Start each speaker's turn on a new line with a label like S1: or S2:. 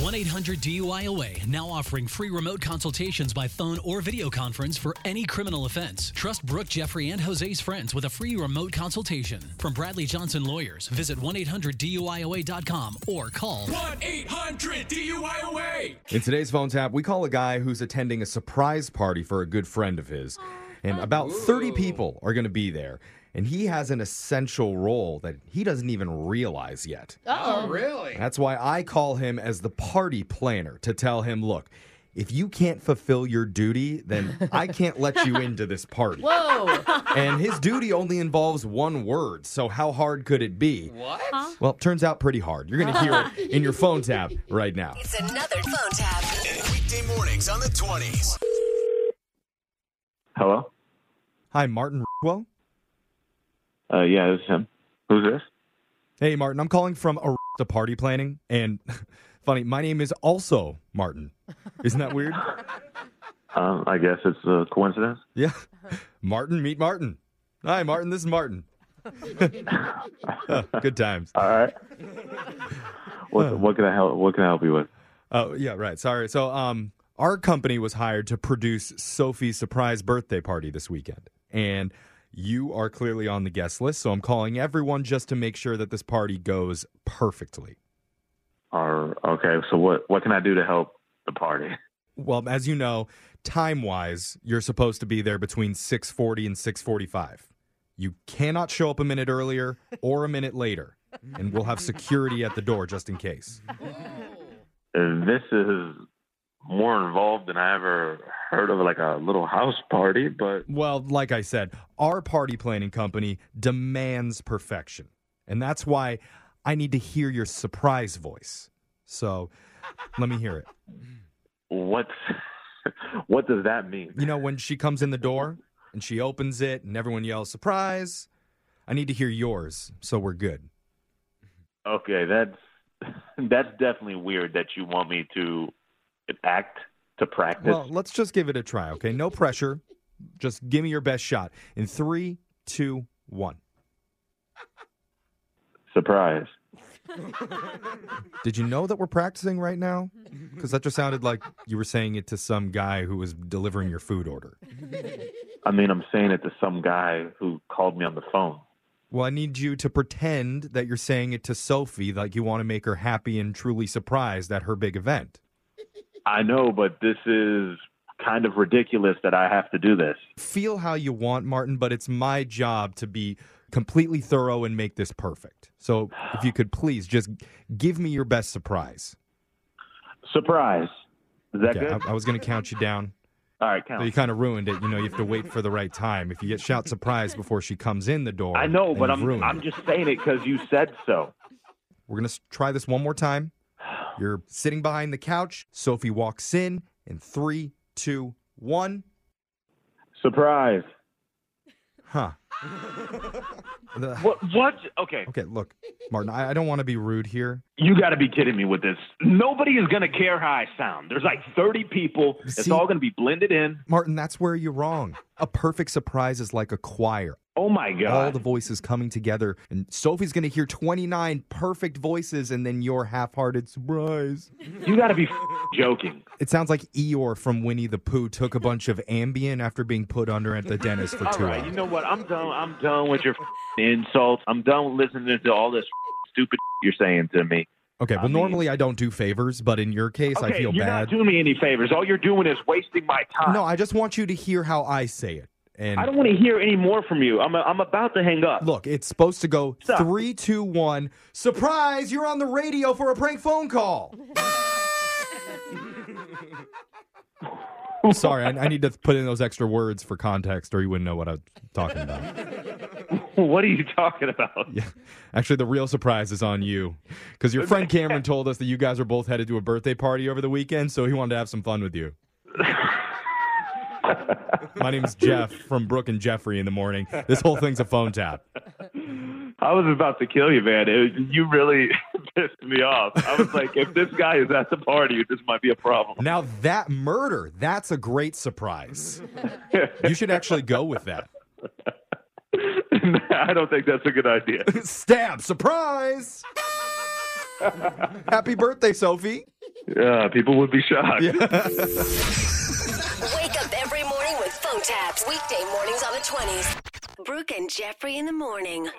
S1: 1 800 DUIOA now offering free remote consultations by phone or video conference for any criminal offense. Trust Brooke, Jeffrey, and Jose's friends with a free remote consultation. From Bradley Johnson Lawyers, visit 1 800 DUIOA.com or call
S2: 1 800 DUIOA.
S3: In today's phone tap, we call a guy who's attending a surprise party for a good friend of his. And about 30 people are going to be there. And he has an essential role that he doesn't even realize yet.
S4: Oh, really?
S3: That's why I call him as the party planner to tell him, look, if you can't fulfill your duty, then I can't let you into this party.
S4: Whoa.
S3: And his duty only involves one word, so how hard could it be?
S4: what?
S3: Well, turns out pretty hard. You're going to hear it in your phone tap right now.
S5: It's another phone tap.
S6: Weekday mornings on the 20s.
S7: Hello?
S3: Hi, Martin Rockwell.
S7: Uh, yeah, it's him. Who's this?
S3: Hey, Martin, I'm calling from a to party planning. And funny, my name is also Martin. Isn't that weird?
S7: Um, I guess it's a coincidence.
S3: Yeah. Martin, meet Martin. Hi, Martin. This is Martin. Good times.
S7: All right. What, what can I help? What can I help you with?
S3: Oh, yeah, right. Sorry. So, um, our company was hired to produce Sophie's surprise birthday party this weekend. And you are clearly on the guest list. So, I'm calling everyone just to make sure that this party goes perfectly.
S7: Or okay, so what? What can I do to help the party?
S3: Well, as you know, time wise, you're supposed to be there between 640 and 645. You cannot show up a minute earlier or a minute later, and we'll have security at the door just in case.
S7: Uh, This is more involved than I ever heard of, like a little house party. But
S3: Well, like I said, our party planning company demands perfection, and that's why I need to hear your surprise voice. So let me hear it.
S7: what's what does that mean?
S3: You know, when she comes in the door and she opens it and everyone yells, surprise, I need to hear yours so we're good.
S7: Okay, that's that's definitely weird that you want me to act to practice.
S3: Well, let's just give it a try, okay? No pressure. Just give me your best shot. In three, two, one.
S7: Surprise.
S3: Did you know that we're practicing right now? Because that just sounded like you were saying it to some guy who was delivering your food order.
S7: I mean, I'm saying it to some guy who called me on the phone.
S3: Well, I need you to pretend that you're saying it to Sophie, like you want to make her happy and truly surprised at her big event.
S7: I know, but this is kind of ridiculous that I have to do this.
S3: Feel how you want, Martin, but it's my job to be completely thorough and make this perfect. So if you could please just give me your best surprise.
S7: Surprise. Is that
S3: Okay,
S7: good?
S3: I, I was going to count you down.
S7: All right,
S3: But you
S7: count.
S3: kind of ruined it. You know, you have to wait for the right time. If you get shout surprise before she comes in the door,
S7: I know,
S3: then
S7: but
S3: you've
S7: I'm
S3: ruined
S7: I'm
S3: it.
S7: just saying it because you said so.
S3: We're gonna s- try this one more time. You're sitting behind the couch. Sophie walks in, and three, two, one.
S7: Surprise.
S3: Huh. The-
S7: What? What? Okay,
S3: okay, look, Martin. I, I don't want to be rude here.
S7: you got to be kidding me with this. Nobody is gonna care how I sound. There's like 30 people. It's
S3: See-
S7: all gonna be blended in.
S3: Martin, that's where you're wrong. A perfect surprise is like a choir.
S7: Oh my
S3: All
S7: god.
S3: the voices coming together, and Sophie's gonna hear 29 perfect voices, and then your half-hearted surprise.
S7: You got to be joking.
S3: It sounds like Eeyore from Winnie the Pooh took a bunch of Ambien after being put under at the dentist for
S7: All
S3: two
S7: right, you
S3: hours.
S7: know what? I'm done. I'm done with your insults. I'm done listening to all this stupid you're saying to me.
S3: Okay, well,
S7: I mean-
S3: normally I don't do favors, but in your case, I
S7: Okay,
S3: feel
S7: you're
S3: bad.
S7: not doing me any favors. All you're doing is wasting my time.
S3: no, I just want you to hear how I say it. And
S7: I don't want to hear any more from you. I'm I'm about to hang up.
S3: look, it's supposed to go
S7: Stop.
S3: three, two, one. Surprise! You're on the radio for a prank phone call. Sorry, I, I need to put in those extra words for context, or you wouldn't know what I'm talking about.
S7: What are you talking about?
S3: Yeah. Actually, the real surprise is on you because your friend Cameron told us that you guys were both headed to a birthday party over the weekend, so he wanted to have some fun with you. My name's Jeff from Brooke and Jeffrey in the morning. This whole thing's a phone tap.
S7: I was about to kill you, man. It- you really pissed me off. I was like, if this guy is at the party, this might be a problem.
S3: Now, that murder, that's a great surprise. You should actually go with that.
S7: I don't think that's a good idea.
S3: Stab, surprise! Happy birthday, Sophie.
S7: Yeah, people would be shocked.
S4: Wake up every morning with phone taps. Weekday mornings on the 20s. Brooke and Jeffrey in the morning.